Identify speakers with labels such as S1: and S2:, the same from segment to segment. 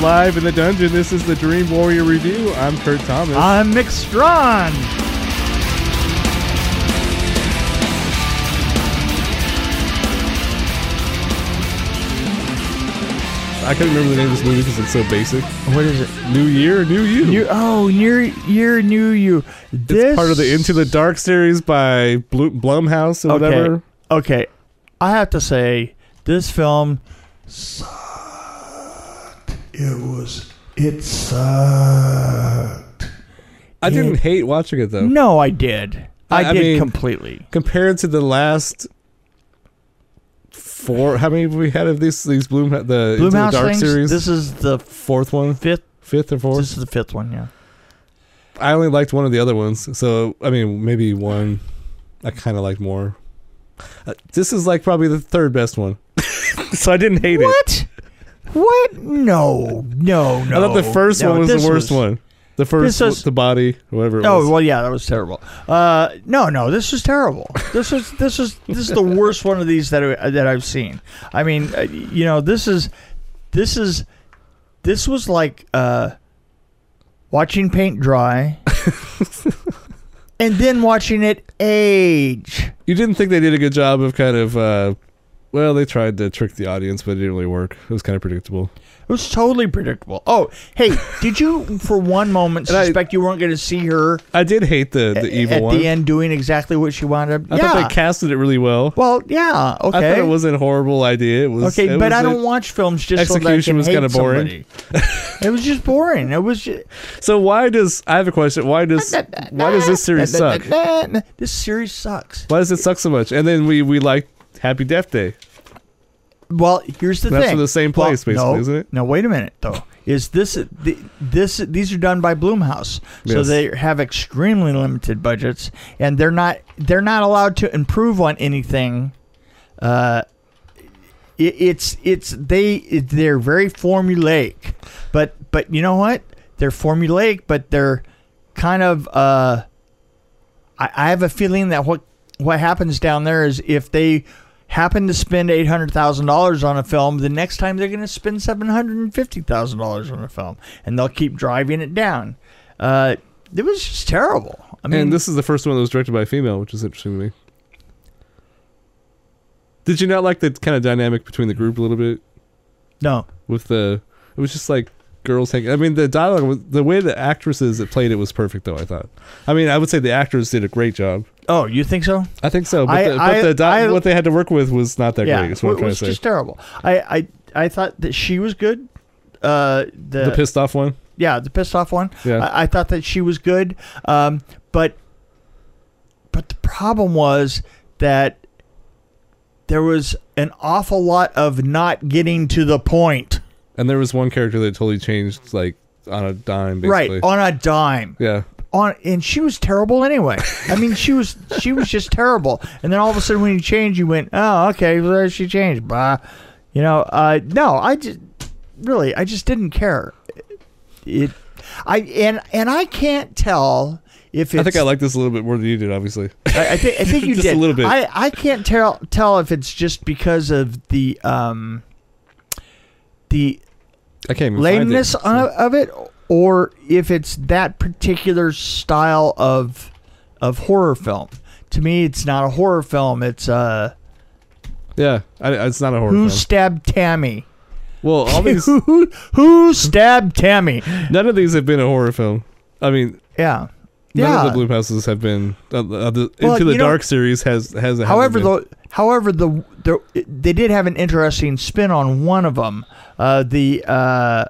S1: live in the dungeon. This is the Dream Warrior Review. I'm Kurt Thomas.
S2: I'm Mick Strawn.
S1: I can't remember the name of this movie because it's so basic.
S2: What is it?
S1: New Year, New You.
S2: You oh, new year, new you. This
S1: Part of the Into the Dark series by Blu- Blumhouse or
S2: okay,
S1: whatever.
S2: Okay, I have to say this film.
S3: It was. It sucked.
S1: I didn't hate watching it though.
S2: No, I did. I,
S1: I- I
S2: did
S1: mean-
S2: completely.
S1: Compared to the last four, how many have we had of these these Bloom the Into the
S2: Bloomhouse
S1: Dark
S2: things.
S1: series?
S2: This is the
S1: fourth one,
S2: fifth.
S1: fifth or fourth.
S2: This is the fifth one. Yeah.
S1: I only liked one of the other ones, so I mean maybe one. I kind of liked more. Uh, this is like probably the third best one. so I didn't hate it.
S2: What? What? No, no, no.
S1: I thought the first
S2: No,
S1: one was
S2: this
S1: the worst one. The first,
S2: this was-
S1: the body, whatever it was.
S2: Oh well, yeah, that was terrible. Uh, no, no, this is terrible. This is this is this is the worst one of these that I, that I've seen. I mean, uh, you know, this is this is this was like uh, watching paint dry, and then watching it age.
S1: you didn't think they did a good job of kind of, uh, well, they tried to trick the audience, but it didn't really work. It was kind of predictable.
S2: It was totally predictable. Oh, hey, did you for one moment
S1: And I-
S2: suspect you weren't going to see her
S1: I did hate the the evil
S2: at
S1: one.
S2: the end doing exactly what she wanted?
S1: I
S2: yeah.
S1: thought they casted it really well.
S2: well, yeah. Okay.
S1: I thought it wasn't a horrible idea. It was
S2: Okay,
S1: it
S2: but
S1: was
S2: I
S1: a-
S2: don't watch films just so that I
S1: Execution
S2: can
S1: was
S2: hate
S1: kinda boring.
S2: somebody. it was just boring. It was just,
S1: So why does I have a question? Why does why does this series suck?
S2: This series sucks.
S1: Why does it suck so much? And then we we like Happy Death Day.
S2: Well, here's the
S1: That's
S2: thing.
S1: from the same
S2: Well,
S1: place, basically,
S2: no,
S1: isn't it?
S2: No, wait a minute though. Is this the, this these are done by Bloomhouse, so
S1: Yes.
S2: they have extremely limited budgets, and they're not they're not allowed to improve on anything. Uh, it, it's it's they it, they're very formulaic, but but you know what? They're formulaic, but they're kind of. Uh, I, I have a feeling that what what happens down there is if they happen to spend eight hundred thousand dollars on a film, the next time they're going to spend seven hundred and fifty thousand dollars on a film, and they'll keep driving it down. Uh, it was just terrible. I mean,
S1: and this is the first one that was directed by a female, which is interesting to me. Did you not like the kind of dynamic between the group a little bit
S2: no,
S1: with the? It was just like girls hanging. I mean, the dialogue, was, the way the actresses that played it was perfect, though. I thought. I mean, I would say the actors did a great job.
S2: oh, you think so?
S1: I think so, but,
S2: I-
S1: the, but
S2: I-
S1: the di-
S2: I-
S1: what they had to work with was not that great. Is what I'm
S2: it
S1: trying to
S2: was
S1: say.
S2: just terrible. I, I I thought that she was good. Uh, the,
S1: the pissed off one.
S2: yeah, the pissed off one.
S1: Yeah.
S2: I, I thought that she was good, um, but but the problem was that there was an awful lot of not getting to the point.
S1: and there was one character that totally changed, like on a dime, basically.
S2: Right on a dime.
S1: Yeah.
S2: On and she was terrible anyway. I mean, she was she was just terrible. And then all of a sudden, when you change, you went, oh, okay, well, she changed. Bah. You know, uh, no, I just really, I just didn't care. It, I and and I can't tell if it's
S1: I think I like this a little bit more than you did, obviously.
S2: I, I think I think you
S1: Just a
S2: did
S1: little bit.
S2: I, I can't tell tell if it's just because of the um the
S1: I can't even
S2: lameness
S1: find it.
S2: of, of it, or if it's that particular style of of horror film. To me, it's not a horror film. It's uh,
S1: yeah, I, it's not a horror
S2: who
S1: film.
S2: stabbed Tammy?
S1: Well, all these
S2: who, who- who stabbed Tammy?
S1: none of these have been a horror film. I mean,
S2: Yeah,
S1: none
S2: yeah.
S1: of the Bloom Houses have been. Uh, uh, the,
S2: Well,
S1: Into
S2: you
S1: the
S2: know-
S1: Dark series has has. hasn't
S2: However,
S1: been.
S2: the however the, the they did have an interesting spin on one of them, uh, the uh,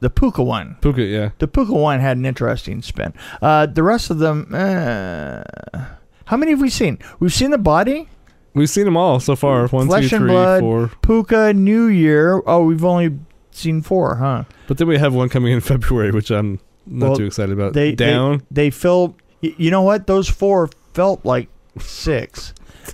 S2: the Puka one.
S1: Puka, yeah,
S2: The Puka one had an interesting spin. Uh, the rest of them, uh, how many have we seen? We've seen the body,
S1: we've seen them all so far. One, two,
S2: Flesh and
S1: three,
S2: Blood.
S1: four.
S2: Puka, New Year. Oh, we've only seen four, huh?
S1: But then we have one coming in February, which I'm not
S2: Well,
S1: too excited about.
S2: They they-
S1: Down.
S2: They, feel. y- You know what? Those four felt like six.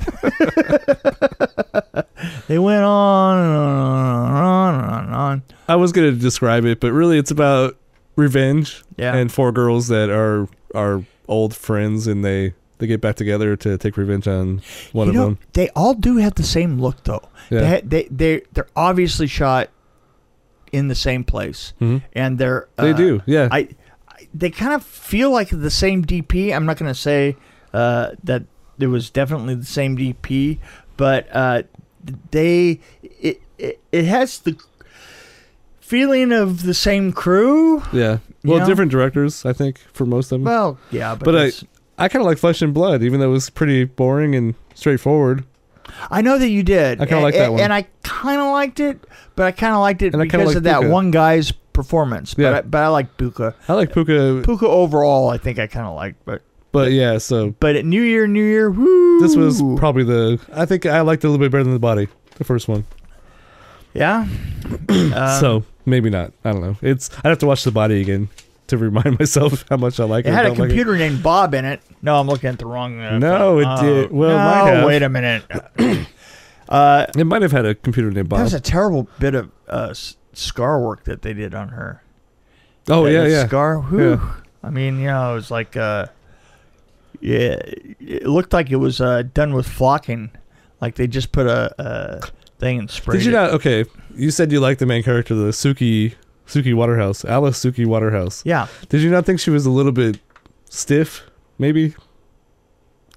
S2: they went on and on and on and on and on.
S1: I was gonna describe it, but really, it's about revenge.
S2: Yeah.
S1: and four girls that are are old friends and they they get back together to take revenge on one
S2: you
S1: of
S2: know,
S1: them.
S2: They all do have the same look though.
S1: Yeah.
S2: They, they they they're obviously shot in the same place,
S1: Mhm.
S2: and they're uh,
S1: They do, yeah.
S2: I, I they kind of feel like the same DP. I'm not going to say uh, that it was definitely the same DP, but uh, they it, it it has the feeling of the same crew.
S1: yeah. Well,
S2: Yeah.
S1: different directors, I think, for most of them.
S2: Well, yeah, but,
S1: But I-
S2: it's-
S1: I kind of like Flesh and Blood, even though it was pretty boring and straightforward.
S2: I know that you did.
S1: I kinda
S2: A-
S1: like that
S2: a-
S1: one.
S2: and I kind of liked it, but I kind of liked it
S1: And I kinda
S2: because
S1: like
S2: of that
S1: Puka.
S2: one guy's performance. But
S1: Yeah.
S2: I, but I like Puka.
S1: I like Puka,
S2: Puka overall, I think I kind of liked, but
S1: but yeah. So
S2: but at New Year, New Year, woo!
S1: this was probably the. I think I liked it a little bit better than the body, the first one.
S2: yeah. Um,
S1: so maybe not. I don't know. It's. I'd have to watch the body again to remind myself how much I like it.
S2: it
S1: or
S2: had a
S1: don't like it.
S2: computer named Bob in it. No, I'm looking at the wrong. Uh,
S1: No, it
S2: oh.
S1: did- well, it
S2: no,
S1: might have.
S2: wait a minute. uh,
S1: It might have had a computer named
S2: that
S1: Bob.
S2: was a terrible bit of uh, s- scar work that they did on her.
S1: oh
S2: that
S1: yeah,
S2: is
S1: yeah.
S2: Scar. Whew. I mean, you know, it was like, uh, yeah, it looked like it was uh, done with flocking. Like they just put a, uh thing and sprayed.
S1: Did you
S2: it.
S1: not? Okay, you said you liked the main character, the Suki Suki Waterhouse, Alice Suki Waterhouse.
S2: Yeah,
S1: Did you not think she was a little bit stiff? Maybe,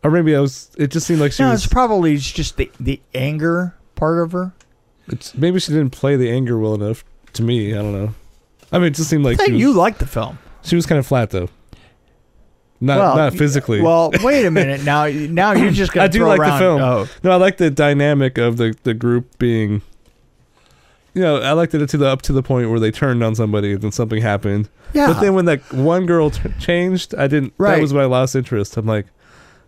S1: or maybe I was. It just seemed like she
S2: no,
S1: was.
S2: it's probably it's just the the anger part of her.
S1: it's- maybe she didn't play the anger well enough. To me, I don't know. I mean, it just seemed
S2: I
S1: like
S2: thought
S1: she was,
S2: you liked the film.
S1: she was kind of flat though. Not
S2: Well,
S1: not
S2: y-
S1: physically.
S2: Well, wait a minute. Now, now you're just gonna.
S1: I do
S2: throw
S1: like the
S2: around,
S1: film.
S2: Oh,
S1: No, I like the dynamic of the the group being. You know, I liked it to the up to the point where they turned on somebody and then something happened.
S2: yeah.
S1: But then when that one girl t- changed, I didn't.
S2: Right.
S1: That was my lost interest. I'm like,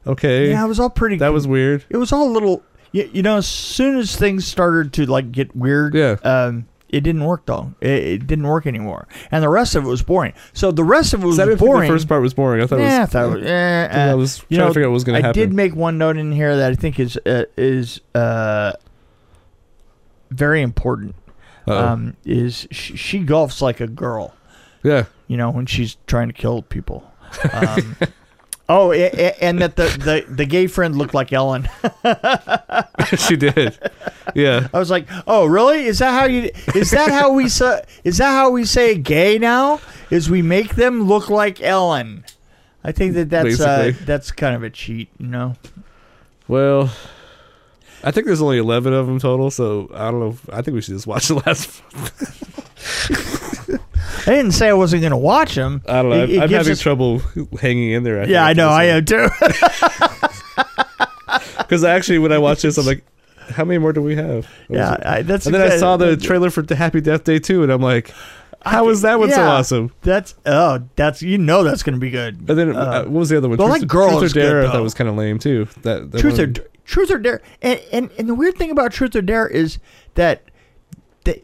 S1: okay,
S2: yeah, it was all pretty.
S1: that was weird.
S2: It was all a little. You, you know, as soon as things started to like get weird,
S1: Yeah.
S2: um, it didn't work though. It, it didn't work anymore, and the rest of it was boring. So the rest of it was
S1: So I didn't think
S2: boring.
S1: The first part was boring. I thought
S2: yeah, I
S1: it was.
S2: thought it was. eh,
S1: I
S2: uh,
S1: was
S2: you
S1: trying
S2: know,
S1: to figure out what was going
S2: I
S1: to happen.
S2: did make one note in here that I think is uh, is uh, very important.
S1: Uh-oh.
S2: Um, is she, she golfs like a girl?
S1: yeah,
S2: you know, when she's trying to kill people. Um, oh, a- a- and that the, the, the gay friend looked like Ellen.
S1: she did. Yeah,
S2: I was like, oh, really? Is that how you? Is that how we say? Is that how we say gay now? Is we make them look like Ellen? I think that that's uh,
S1: Basically.
S2: that's kind of a cheat, you know.
S1: well. I think there's only 11 of them total, so I don't know. If, I think we should just watch the last.
S2: I didn't say I wasn't going to watch them.
S1: I don't know.
S2: It- it
S1: I'm
S2: gives
S1: having
S2: us-
S1: trouble hanging in there.
S2: Yeah, I know. I uh, am too.
S1: Because actually, when I watch this, I'm like, how many more do we have? What
S2: yeah,
S1: was it?
S2: I, that's.
S1: And then I
S2: exact-
S1: saw the trailer for Happy Death Day 2, and I'm like, how is that one so
S2: Yeah.
S1: awesome?
S2: That's oh, that's you know that's going to be good.
S1: And then
S2: Uh,
S1: uh, what was the other one?
S2: but
S1: Truth,
S2: like Girl
S1: Truth
S2: is
S1: or
S2: good,
S1: Dare, I
S2: though.
S1: thought was kind of lame too. That, that
S2: truth or
S1: one-
S2: d- truth or dare and, and and the weird thing about truth or dare is that they,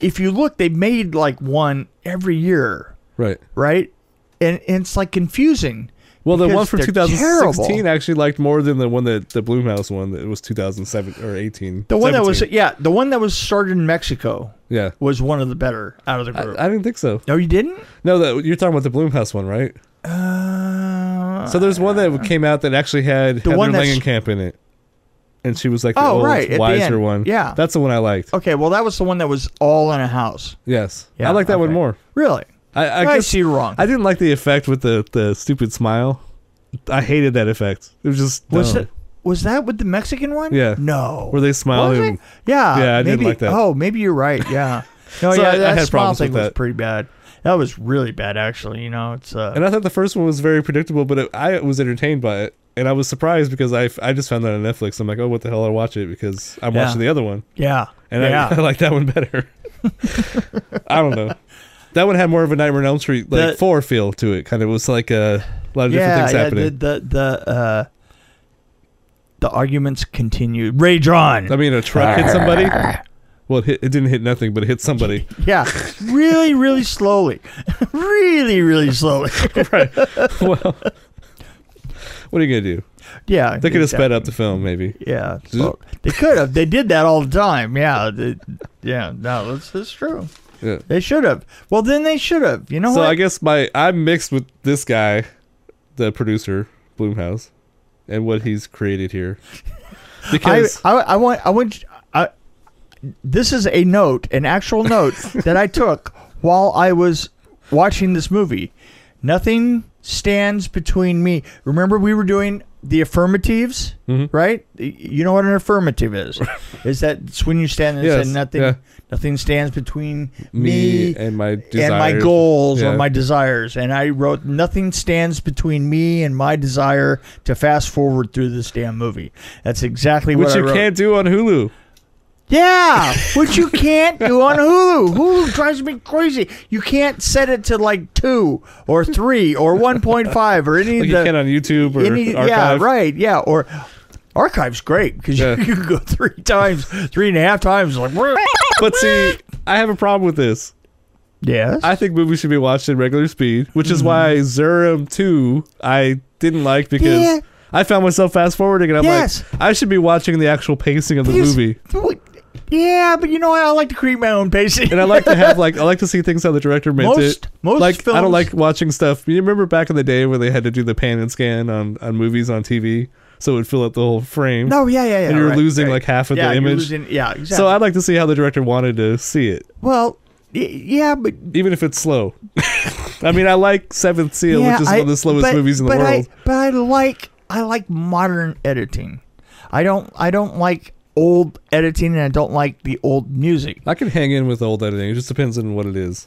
S2: if you look they made like one every year
S1: right?
S2: right and, and it's like confusing
S1: Well, the
S2: because
S1: one from
S2: they're
S1: 2016
S2: terrible.
S1: actually liked more than the one that the Bloomhouse one that was 2007 or 18.
S2: the one that was
S1: 17.
S2: yeah the one that was started in mexico
S1: yeah.
S2: was one of the better out of the group
S1: I, I didn't think so.
S2: no you didn't
S1: No, that you're talking about the Bloomhouse one, right?
S2: uh,
S1: So there's one that came out that actually had
S2: The
S1: Heather
S2: one that's-
S1: Langenkamp in it, and she was like the
S2: Oh,
S1: old
S2: right, at the
S1: wiser
S2: end.
S1: one.
S2: Yeah.
S1: that's the one I liked.
S2: okay well that was the one that was all in a house
S1: Yes,
S2: Yeah,
S1: I like that one
S2: okay.
S1: more.
S2: really
S1: I, I
S2: i,
S1: guess
S2: see you wrong
S1: I didn't like the effect with the the stupid smile. I hated that effect. It was just
S2: was
S1: dumb.
S2: it was that with the mexican one
S1: Yeah.
S2: no
S1: where they smile
S2: Was
S1: and
S2: it? Yeah.
S1: Yeah, I
S2: maybe,
S1: didn't like that.
S2: Oh, maybe you're right. Yeah. No,
S1: So
S2: yeah,
S1: I- I
S2: that
S1: had
S2: smile
S1: problems
S2: thing
S1: with
S2: was
S1: that.
S2: pretty bad. That was really bad, actually. You know, it's uh,
S1: And I thought the first one was very predictable, but it, I was entertained by it. And I was surprised because I, I just found that on Netflix. I'm like, oh, what the hell? I'll watch it because I'm
S2: Yeah.
S1: watching the other one.
S2: yeah,
S1: And
S2: yeah.
S1: I, I like that one better. I don't know. That one had more of a Nightmare on Elm Street, like,
S2: The-
S1: four feel to it. Kind of was like a lot of different
S2: yeah,
S1: things
S2: yeah,
S1: happening.
S2: the the the, uh, the arguments continued. Rage on.
S1: I mean, a truck hit somebody. Well, it, hit, it didn't hit nothing, but it hit somebody.
S2: yeah, really, really slowly, really, really slowly.
S1: right. Well, what are you going to do?
S2: Yeah,
S1: They could have sped
S2: exactly.
S1: up the film, maybe.
S2: Yeah,
S1: Is
S2: well, they could have. They did that all the time. Yeah, they- yeah. No, that's that's true.
S1: Yeah.
S2: They should have. Well, then they should have. You know
S1: so
S2: what?
S1: I guess my I'm mixed with this guy, the producer Bloomhouse, and what he's created here.
S2: I,
S1: Because
S2: I, I want I want I, this is a note, an actual note that I took while I was watching this movie. Nothing stands between me. Remember, we were doing the affirmatives,
S1: Mhm.
S2: right? Y- You know what an affirmative is? is that it's when you stand there and
S1: Yes,
S2: say nothing,
S1: yeah.
S2: nothing stands between
S1: me,
S2: me
S1: and my desires.
S2: and my goals or
S1: Yeah.
S2: my desires. And I wrote, Nothing stands between me and my desire to fast forward through this damn movie. That's exactly
S1: which
S2: what I
S1: you
S2: wrote.
S1: can't do on Hulu.
S2: yeah, which you can't do on Hulu. Hulu drives me crazy. You can't set it to like two or three or 1.5 or any
S1: Like
S2: of
S1: you
S2: the.
S1: can on YouTube or
S2: any-
S1: archive.
S2: Yeah, right. Yeah, or. Archive's great because
S1: Yeah.
S2: you can go three times, three and a half times. Like,
S1: But see, I have a problem with this.
S2: yes,
S1: I think movies should be watched at regular speed, which is why Zurum 2 I didn't like because
S2: Mm-hmm. Yeah.
S1: I found myself fast forwarding and I'm
S2: Yes.
S1: like, I should be watching the actual pacing of the
S2: Yes.
S1: movie.
S2: yeah, but you know what? I like to create my own pacing.
S1: And I like to have like I like to see things how the director meant
S2: most
S1: it.
S2: most
S1: Like
S2: films,
S1: I don't like watching stuff. You remember back in the day when they had to do the pan and scan on, on movies on TV, so it would fill up the whole frame.
S2: No, yeah, yeah, yeah.
S1: and you're
S2: right,
S1: losing
S2: right.
S1: like half of
S2: yeah,
S1: the
S2: you're
S1: image.
S2: losing- yeah, exactly.
S1: So I'd like to see how the director wanted to see it,
S2: well, y- yeah, but
S1: even if it's slow. I mean, I like Seventh Seal,
S2: yeah,
S1: which is
S2: I,
S1: one of the slowest
S2: but-
S1: movies in the
S2: but
S1: world.
S2: I, but I like I like modern editing. I don't I don't like old editing, and I don't like the old music.
S1: I, can hang in with old editing. It just depends on what it is.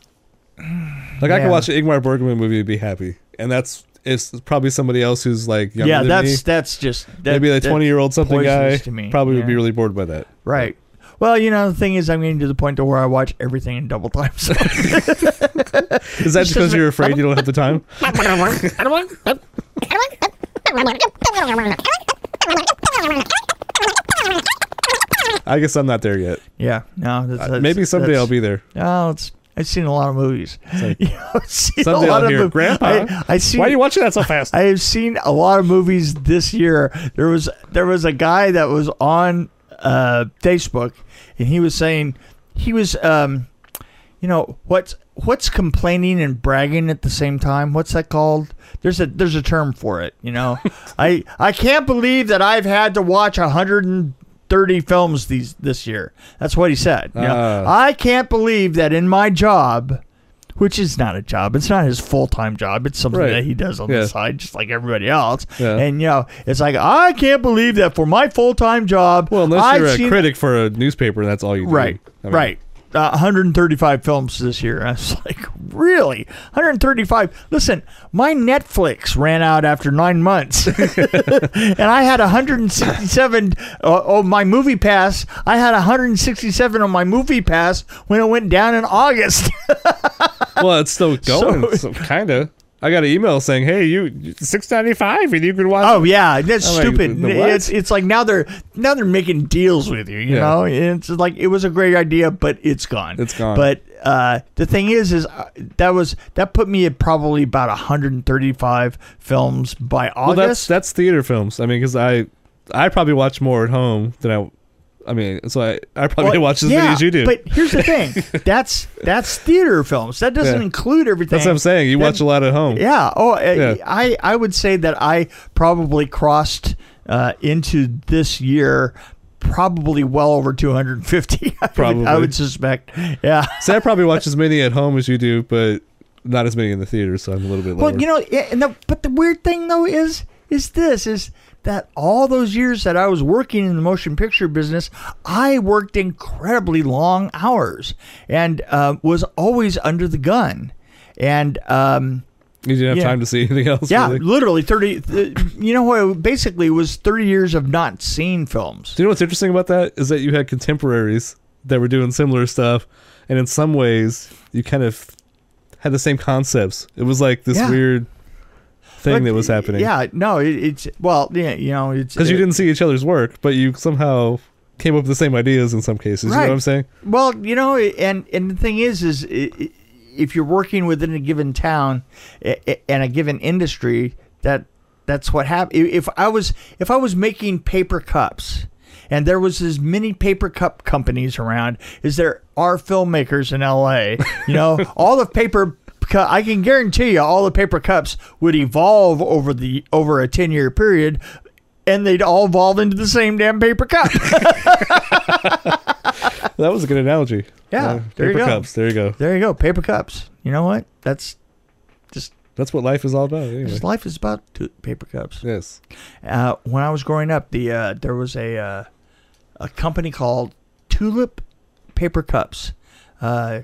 S1: Like I
S2: Yeah.
S1: can watch an Ingmar Bergman movie and be happy, and that's it's probably somebody else who's like younger
S2: yeah,
S1: than
S2: that's
S1: me.
S2: that's just that,
S1: Maybe a
S2: that-
S1: twenty-year-old something
S2: poisonous
S1: guy
S2: to me,
S1: probably would be
S2: yeah.
S1: really bored by that.
S2: right. Well, you know the thing is, I'm getting to the point to where I watch everything in double time. So
S1: Is that just because you're afraid you don't have the time? I guess I'm not there yet.
S2: yeah, no, that's, that's,
S1: Uh, Maybe someday
S2: that's,
S1: I'll be there.
S2: No, Oh, it's I've seen a lot of movies.
S1: like-
S2: You know, I've seen a
S1: Someday I'll
S2: lot of
S1: hear,
S2: mov-
S1: "Grandpa,
S2: I, I see.
S1: Why are you watching that so fast?
S2: I have seen a lot of movies this year. There was there was a guy that was on uh, Facebook, and he was saying he was, um, you know, what's what's complaining and bragging at the same time. What's that called? There's a there's a term for it. You know, I I can't believe that I've had to watch a hundred and thirty films these this year. That's what he said. You know,
S1: Ah.
S2: I can't believe that in my job, which is not a job, it's not his full time job. It's something
S1: Right.
S2: that he does on
S1: Yeah.
S2: the side, just like everybody else.
S1: Yeah.
S2: And you know, it's like I can't believe that for my full time job,
S1: well, unless
S2: I've
S1: you're a
S2: seen
S1: critic for a newspaper, that's all you do.
S2: right,
S1: I mean,
S2: right. Uh, 135 films this year. I was like, really? 135? Listen, my Netflix ran out after nine months, and I had 167. Uh, oh, my Movie Pass. I had 167 on my Movie Pass when it went down in August.
S1: Well, it's still going, so, kind of. I got an email saying, "Hey, you six ninety five, and you can watch."
S2: Oh yeah, that's
S1: I'm like,
S2: stupid.
S1: "The what?"
S2: it's it's like now they're now they're making deals with you. You
S1: Yeah.
S2: know, it's like it was a great idea, but it's gone.
S1: It's gone.
S2: But uh, the thing is, is uh, that was that put me at probably about 135 films by
S1: well, that's
S2: August.
S1: that's theater films. I mean, because I I probably watch more at home than I. I mean, so I I probably
S2: Well,
S1: watch as
S2: yeah,
S1: many as you do.
S2: But here's the thing: that's that's theater films. That doesn't
S1: Yeah.
S2: include everything.
S1: that's what I'm saying. You
S2: Then-
S1: watch a lot at home.
S2: Yeah. Oh, uh,
S1: Yeah.
S2: I I would say that I probably crossed uh, into this year probably well over 250. I would-
S1: Probably.
S2: I would suspect. Yeah.
S1: So I probably watch as many at home as you do, but not as many in the theater. So I'm a little bit lower.
S2: Well, you know, yeah, and the, but the weird thing though is is this is that all those years that I was working in the motion picture business, I worked incredibly long hours and uh, was always under the gun. And um,
S1: you didn't have
S2: yeah.
S1: time to see anything else.
S2: Yeah,
S1: really. Do
S2: literally thirty. Th- you know what? Basically, it was thirty years of not seeing films.
S1: you know what's interesting about that is that you had contemporaries that were doing similar stuff, and in some ways, you kind of had the same concepts. It was like this
S2: Yeah.
S1: weird thing
S2: But,
S1: that was happening.
S2: Yeah, no, it, it's well, yeah, you know, it's
S1: because you
S2: it-
S1: didn't see each other's work, but you somehow came up with the same ideas in some cases. You
S2: Right.
S1: know what I'm saying?
S2: Well, you know, and and the thing is, is i- i- if you're working within a given town i- i- and a given industry, that that's what happened. If I was if I was making paper cups, and there was as many paper cup companies around as there are filmmakers in L.A., you know, all the paper. cu- I can guarantee you, all the paper cups would evolve over the over a ten year period, and they'd all evolve into the same damn paper cup.
S1: That was a good analogy.
S2: Yeah,
S1: Uh,
S2: there you
S1: paper
S2: go.
S1: cups. There you go.
S2: There you go. Paper cups. You know what? That's
S1: That's what life is all about. Anyway.
S2: just life is about to, paper cups.
S1: Yes.
S2: Uh, when I was growing up, the uh, there was a uh, a company called Tulip Paper Cups. Uh,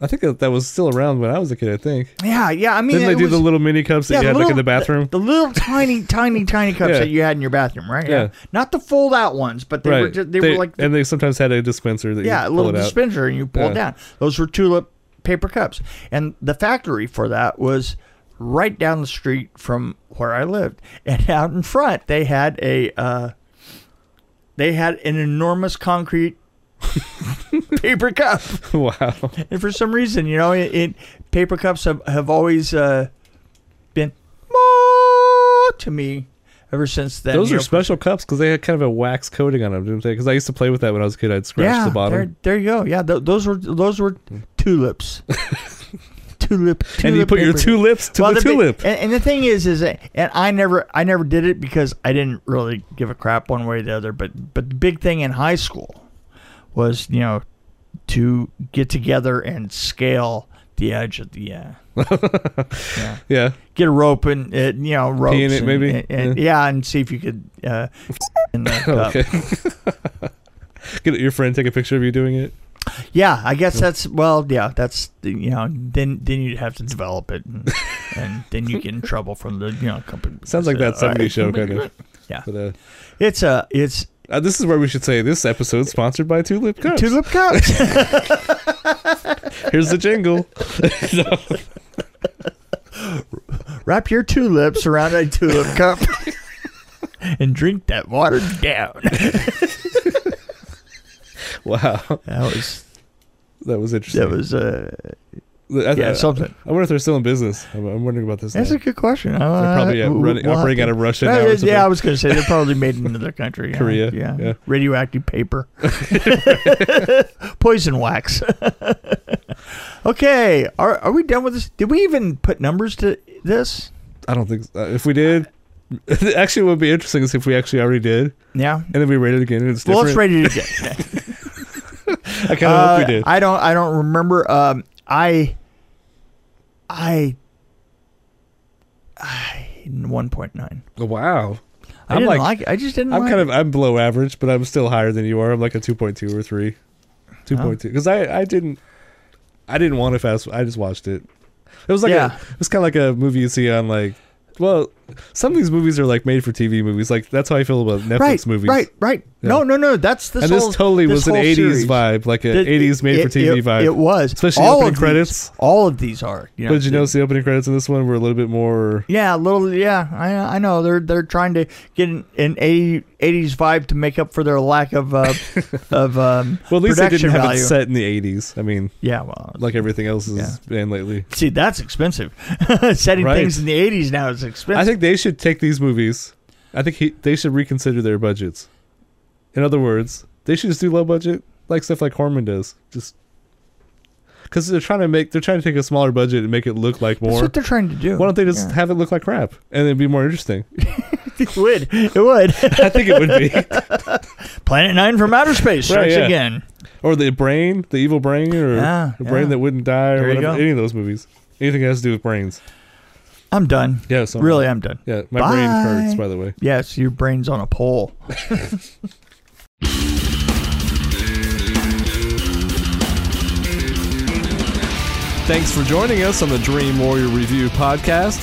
S1: I think that, that was still around when I was a kid. I think.
S2: yeah, yeah. I mean,
S1: Didn't they
S2: it
S1: do the
S2: was-
S1: little mini cups that
S2: yeah,
S1: you
S2: the
S1: had like in
S2: little-
S1: the bathroom?
S2: the little tiny, tiny, tiny cups
S1: Yeah.
S2: that you had in your bathroom, right?
S1: Yeah.
S2: Not the fold out ones, but they
S1: right.
S2: were just, they, were like
S1: and they sometimes had a dispenser that
S2: yeah, a
S1: you
S2: little
S1: pull it out.
S2: dispenser, and you pull it
S1: Yeah.
S2: down. Those were tulip paper cups, and the factory for that was right down the street from where I lived. And out in front, they had a uh, they had an enormous concrete paper cup,
S1: wow.
S2: and for some reason, you know, it, it paper cups have have always uh, been more to me ever since then.
S1: Those
S2: you
S1: are
S2: know,
S1: special cups because they had kind of a wax coating on them, didn't they? Because I used to play with that when I was a kid. I'd scratch
S2: yeah,
S1: the bottom.
S2: There, there you go. Yeah, th- those were those were tulips. tulip, tulip.
S1: and you put your
S2: paper.
S1: two lips to
S2: Well,
S1: the
S2: the thing-
S1: tulip.
S2: and, and the thing is, is that, and I never, I never did it because I didn't really give a crap one way or the other. But, but the big thing in high school was, you know, to get together and scale the edge of the, uh, yeah,
S1: yeah.
S2: get a rope and, uh, you know, ropes,
S1: in it,
S2: and,
S1: maybe?
S2: and, and- yeah. and see if you could, uh, in the cup.
S1: Okay. Get your friend take a picture of you doing it.
S2: Yeah, I guess that's well, yeah, that's you know, then then you'd have to develop it, and, and then you get in trouble from the you know company.
S1: Sounds like that
S2: Uh,
S1: 70s show kind of.
S2: Yeah.
S1: But, uh,
S2: It's a it's
S1: uh, this is where we should say this episode sponsored by Tulip Cups.
S2: tulip cups.
S1: Here's the jingle.
S2: Wrap your tulips around a tulip cup and drink that water down.
S1: wow,
S2: That was
S1: that was interesting.
S2: that was uh
S1: I,
S2: yeah
S1: I-
S2: something.
S1: I wonder if they're still in business. I'm, I'm wondering about this.
S2: That's
S1: now.
S2: a good question. Uh,
S1: they're probably uh,
S2: we'll-
S1: running,
S2: we'll have
S1: operating out
S2: to-
S1: of Russia
S2: Uh,
S1: now. or something.
S2: yeah, I was gonna say they're probably made in another country. yeah,
S1: Korea, yeah.
S2: radioactive paper, poison wax. okay, are are we done with this? Did we even put numbers to this?
S1: I don't think so. Uh, if we did. Actually, what would be interesting is if we actually already did,
S2: Yeah.
S1: and then we rated it again, and it's
S2: Well,
S1: different.
S2: let's rate it again.
S1: I kind of
S2: Uh,
S1: hope we did.
S2: I don't. I don't remember. Um, I, I, I one point nine.
S1: wow,
S2: I
S1: I'm
S2: didn't
S1: like-
S2: like, it. I just didn't.
S1: I'm
S2: like
S1: kind
S2: it.
S1: of I'm below average, but I'm still higher than you are. I'm like a 2.2 or three, 2.2 because I I didn't I didn't want to fast. I just watched it. It was like
S2: Yeah.
S1: a, it was kind of like a movie you see on like well some of these movies are like made for TV movies. Like that's how I feel about Netflix
S2: right,
S1: movies.
S2: Right, right.
S1: Yeah.
S2: No, no, no. That's this
S1: and
S2: whole.
S1: this totally was an
S2: whole
S1: 80s
S2: series.
S1: vibe, like an
S2: Th-
S1: 80s made for
S2: it-
S1: TV
S2: it-
S1: vibe.
S2: It was,
S1: Especially
S2: all
S1: opening
S2: of these-
S1: credits.
S2: all of these are. You know,
S1: but you
S2: the-
S1: notice the opening credits in this one were a little bit more.
S2: Yeah, a little. Yeah, I, I know they're they're trying to get an, an 80, 80s vibe to make up for their lack of uh, of um,
S1: Well, at least they
S2: production
S1: didn't have
S2: value.
S1: it set in the 80s. I mean,
S2: Yeah, well,
S1: like everything else has been lately.
S2: See, that's expensive. Setting
S1: Right.
S2: things in the eighties now is
S1: I
S2: expensive.
S1: think they should take these movies. I think he, they should reconsider their budgets. In other words, they should just do low budget, like stuff like Horman does. Just because they're trying to make, they're trying to take a smaller budget and make it look like
S2: that's
S1: more.
S2: what they're trying to do.
S1: Why don't they just have it look like crap and it'd be more interesting?
S2: it would. It would.
S1: I think it would be.
S2: Planet Nine from Outer Space
S1: Right,
S2: strikes
S1: yeah.
S2: again.
S1: Or the brain, the evil brain, or
S2: Yeah,
S1: the brain
S2: yeah.
S1: that wouldn't die, or
S2: There you
S1: whatever.
S2: go.
S1: Any of those movies, anything that has to do with brains.
S2: I'm done.
S1: Yeah, so
S2: Really, I'm done.
S1: Yeah, my brain
S2: Bye.
S1: hurts. By the way.
S2: Yes, your brain's on a pole.
S1: Thanks for joining us on the Dream Warrior Review podcast.